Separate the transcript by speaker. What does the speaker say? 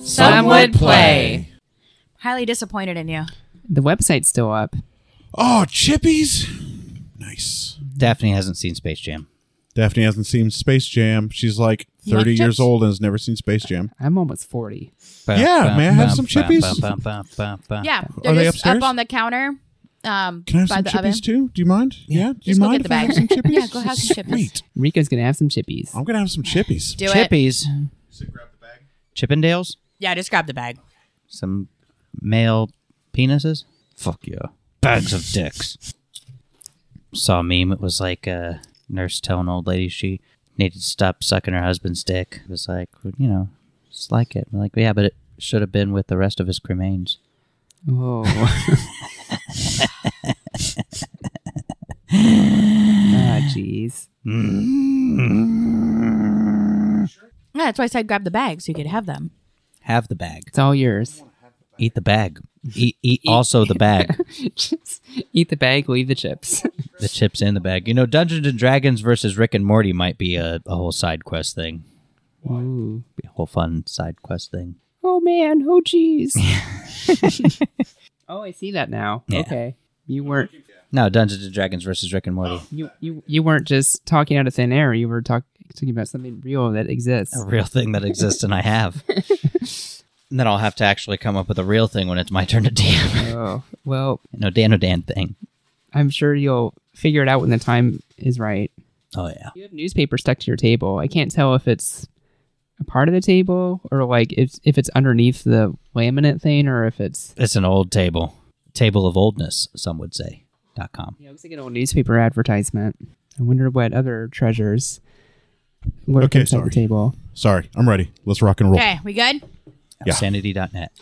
Speaker 1: Some would play.
Speaker 2: Highly disappointed in you.
Speaker 3: The website's still up.
Speaker 1: Oh, chippies. Nice.
Speaker 4: Daphne hasn't seen Space Jam.
Speaker 1: Daphne hasn't seen Space Jam. She's like 30 years old and has never seen Space Jam.
Speaker 2: Uh,
Speaker 3: I'm almost 40.
Speaker 1: Yeah, may I have some chippies?
Speaker 2: Yeah,
Speaker 1: Are
Speaker 2: they're
Speaker 1: they
Speaker 2: just
Speaker 1: upstairs?
Speaker 2: up on the counter. Um,
Speaker 1: Can I have
Speaker 2: by
Speaker 1: some
Speaker 2: the
Speaker 1: chippies
Speaker 2: oven.
Speaker 1: too? Do you mind? Yeah. Do you
Speaker 2: Just go
Speaker 1: mind
Speaker 2: get
Speaker 1: if
Speaker 2: the
Speaker 1: I have
Speaker 2: bag.
Speaker 1: some chippies?
Speaker 2: Yeah, go have some chippies.
Speaker 1: Sweet.
Speaker 3: Rico's going to have some chippies.
Speaker 1: I'm going to have some chippies.
Speaker 2: Do it.
Speaker 4: Chippies. Chippendales.
Speaker 2: Yeah, just grab the bag.
Speaker 4: Some male penises. Fuck yeah. Bags of dicks. Saw a meme. It was like a nurse telling an old lady she needed to stop sucking her husband's dick. It was like, you know, it's like it. I'm like, yeah, but it should have been with the rest of his cremains.
Speaker 3: Oh. Ah, jeez.
Speaker 2: Yeah, that's why I said grab the bag so you could have them.
Speaker 4: Have the bag.
Speaker 3: It's all yours.
Speaker 4: Eat the bag. Eat, eat also the bag.
Speaker 3: Just eat the bag, leave the chips.
Speaker 4: The chips in the bag. You know, Dungeons and Dragons versus Rick and Morty might be a, a whole side quest thing.
Speaker 3: Ooh.
Speaker 4: Be a whole fun side quest thing.
Speaker 3: Oh, man. Oh, jeez. oh, I see that now.
Speaker 4: Yeah.
Speaker 3: Okay. You weren't
Speaker 4: No, Dungeons and Dragons versus Rick and Morty.
Speaker 3: you, you you weren't just talking out of thin air. You were talk, talking about something real that exists.
Speaker 4: A real thing that exists and I have. and then I'll have to actually come up with a real thing when it's my turn to DM.
Speaker 3: Oh well,
Speaker 4: no Dan Dan thing.
Speaker 3: I'm sure you'll figure it out when the time is right.
Speaker 4: Oh yeah.
Speaker 3: You have newspaper stuck to your table. I can't tell if it's a part of the table or like if if it's underneath the laminate thing or if it's
Speaker 4: It's an old table. Table of oldness, some would say. Dot com.
Speaker 3: you know, it's like an old newspaper advertisement. I wonder what other treasures lurk
Speaker 1: Okay,
Speaker 3: inside
Speaker 1: sorry.
Speaker 3: the table.
Speaker 1: Sorry. I'm ready. Let's rock and roll.
Speaker 2: Okay, we good?
Speaker 4: Sanity.net.